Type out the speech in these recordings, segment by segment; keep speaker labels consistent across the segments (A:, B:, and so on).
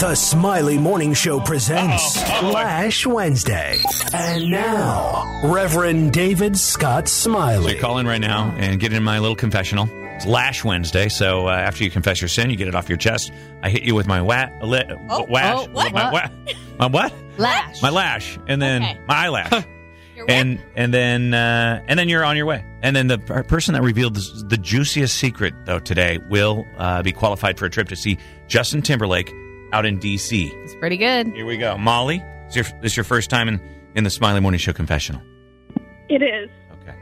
A: The Smiley Morning Show presents
B: Uh-oh. Uh-oh.
A: Flash Wednesday. And now, Reverend David Scott
B: So
A: Smiley.
B: you call in right now and get in my little confessional. It's Lash Wednesday, so uh, after you confess your sin, you get it off your chest. I hit you with my wa- li-
C: Oh,
B: wash,
C: oh, what?
B: my wa- my what?
C: Lash.
B: My lash, and then
C: Okay.
B: my eyelash,
C: Your whip.
B: and and then uh, and then you're on your way. And then the per- person that revealed this, the juiciest secret though today will uh, be qualified for a trip to see Justin Timberlake out in D.C.
C: it's pretty good.
B: Here we go, Molly. Is your, this your first time in in the Smiley Morning Show confessional?
D: It is.
B: Okay.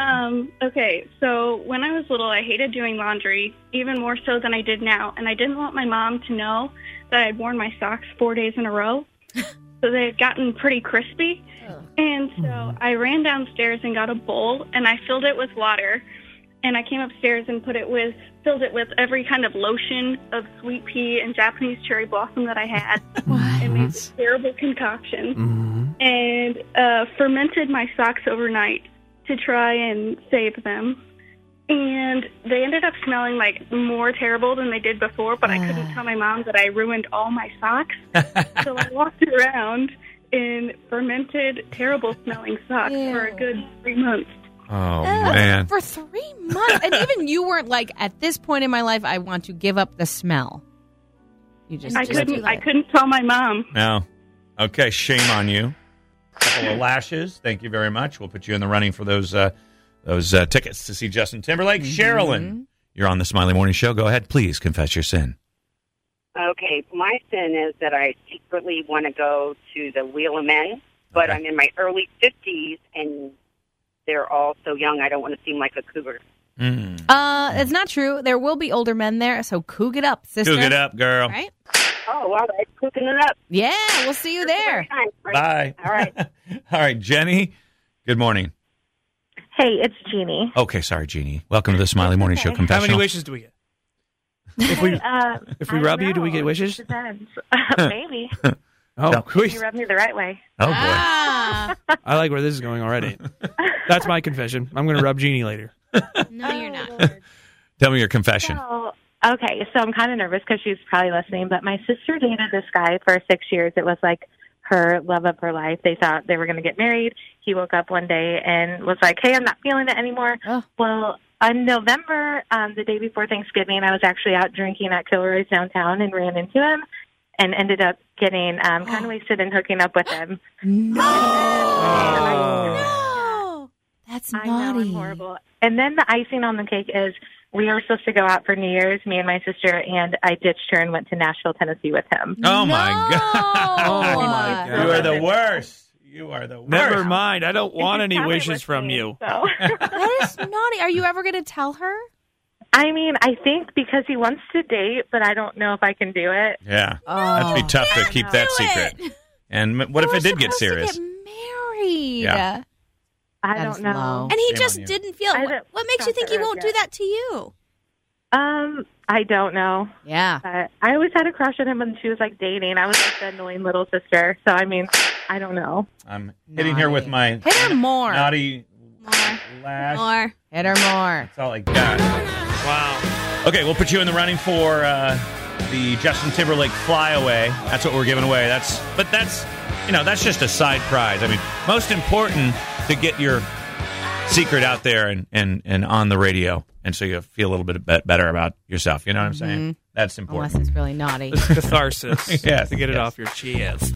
D: Um, okay, so when I was little, I hated doing laundry even more so than I did now, and I didn't want my mom to know that I had worn my socks four days in a row. so they had gotten pretty crispy. And so I ran downstairs and got a bowl and I filled it with water and I came upstairs and put it with filled it with every kind of lotion of sweet pea and Japanese cherry blossom that I had. and made this terrible concoction and uh, fermented my socks overnight to try and save them. And they ended up smelling like more terrible than they did before, but I couldn't tell my mom that I ruined all my socks. so I walked around in fermented, terrible smelling socks for a good three months.
B: Oh man.
C: For three months. and even you weren't like, at this point in my life, I want to give up the smell. You just,
D: I
C: just
D: couldn't I couldn't tell my mom.
B: No. Okay, shame on you. Couple of lashes. Thank you very much. We'll put you in the running for those uh, those uh, tickets to see Justin Timberlake. Sherilyn, you're on the Smiley Morning Show. Go ahead, please confess your sin.
E: Okay, my sin is that I secretly want to go to the Wheel of Men, but
B: Okay.
E: I'm in my early 50s and they're all so young. I don't want to seem like a cougar.
B: Mm.
C: Uh, it's not true. There will be older men there, so coog it up, sister.
B: Cook it up, girl.
C: Right?
E: Oh, all right, cooking it up.
C: Yeah, we'll see you there.
E: Fine, right?
B: Bye.
E: All right.
B: All right, Jenny. Good morning.
F: Hey, it's Jeannie.
B: Okay, sorry, Jeannie. Welcome to the Smiley Morning Show
G: How many
B: confessional.
G: wishes do we get? If we
F: Uh,
G: if we
F: I
G: rob
F: don't
G: you, do we
F: know.
G: get wishes?
F: Depends. Uh, Maybe.
G: Oh,
F: If you rub me the right way.
B: oh boy.
C: Ah,
G: I like where this is going already. That's my confession. I'm going to rub Jeannie later.
C: no, you're not.
B: Tell me your confession.
F: So, okay, so I'm kind of nervous because she's probably listening, but my sister dated this guy for six years. It was like her love of her life. They thought they were going to get married. He woke up one day and was like, hey, I'm not feeling it anymore.
C: Oh.
F: Well, on November, um, the day before Thanksgiving, I was actually out drinking at Kilroy's downtown and ran into him and ended up getting um,
C: Oh.
F: kind of wasted and hooking up with him.
C: No. That's
F: I
C: naughty.
F: know, I'm horrible. And then the icing on the cake is we were supposed to go out for New Year's, me and my sister, and I ditched her and went to Nashville, Tennessee with him.
B: Oh my
C: No.
B: god.
G: Oh my
B: You are
G: God.
B: the worst. You are the worst.
G: Never mind. I don't want
F: She's
G: any
F: probably
G: wishes from
F: listening,
G: you.
F: So.
C: That is naughty. Are you ever going to tell her?
F: I mean, I think because he wants to date, but I don't know if I can do it.
B: Yeah.
C: Oh.
B: That'd be tough to
F: Yeah,
B: keep
F: no.
B: that
C: Do
B: secret.
C: it.
B: And m- what if
C: We're
B: it did get
C: supposed to
B: serious?
C: get married.
B: Yeah.
F: I
C: That is
F: don't know.
C: low.
H: And he
B: Shame
H: just
B: on you.
H: didn't feel.
F: I
H: What,
F: don't-
H: what makes you
F: don't
H: think he
F: think I
H: won't
F: would
H: do
F: get-
H: that to you?
F: Um, I don't know.
C: Yeah.
F: But I always had a crush on him when she was like dating. I was like the annoying little sister. So I mean, I don't know.
B: I'm hitting here with my
C: Hit her more.
B: naughty
H: More.
B: lash.
H: More.
C: Hit her more.
B: That's all I got. Wow. Okay, we'll put you in the running for uh, the Justin Timberlake flyaway. That's what we're giving away. That's but that's you know that's just a side prize. I mean, most important to get your secret out there and and and on the radio, and so you feel a little bit be- better about
C: Mm-hmm.
B: yourself. You know what I'm saying? That's
C: Unless
B: important.
C: it's really naughty.
G: Catharsis.
B: Yes,
G: to get it
B: yes.
G: off your chest.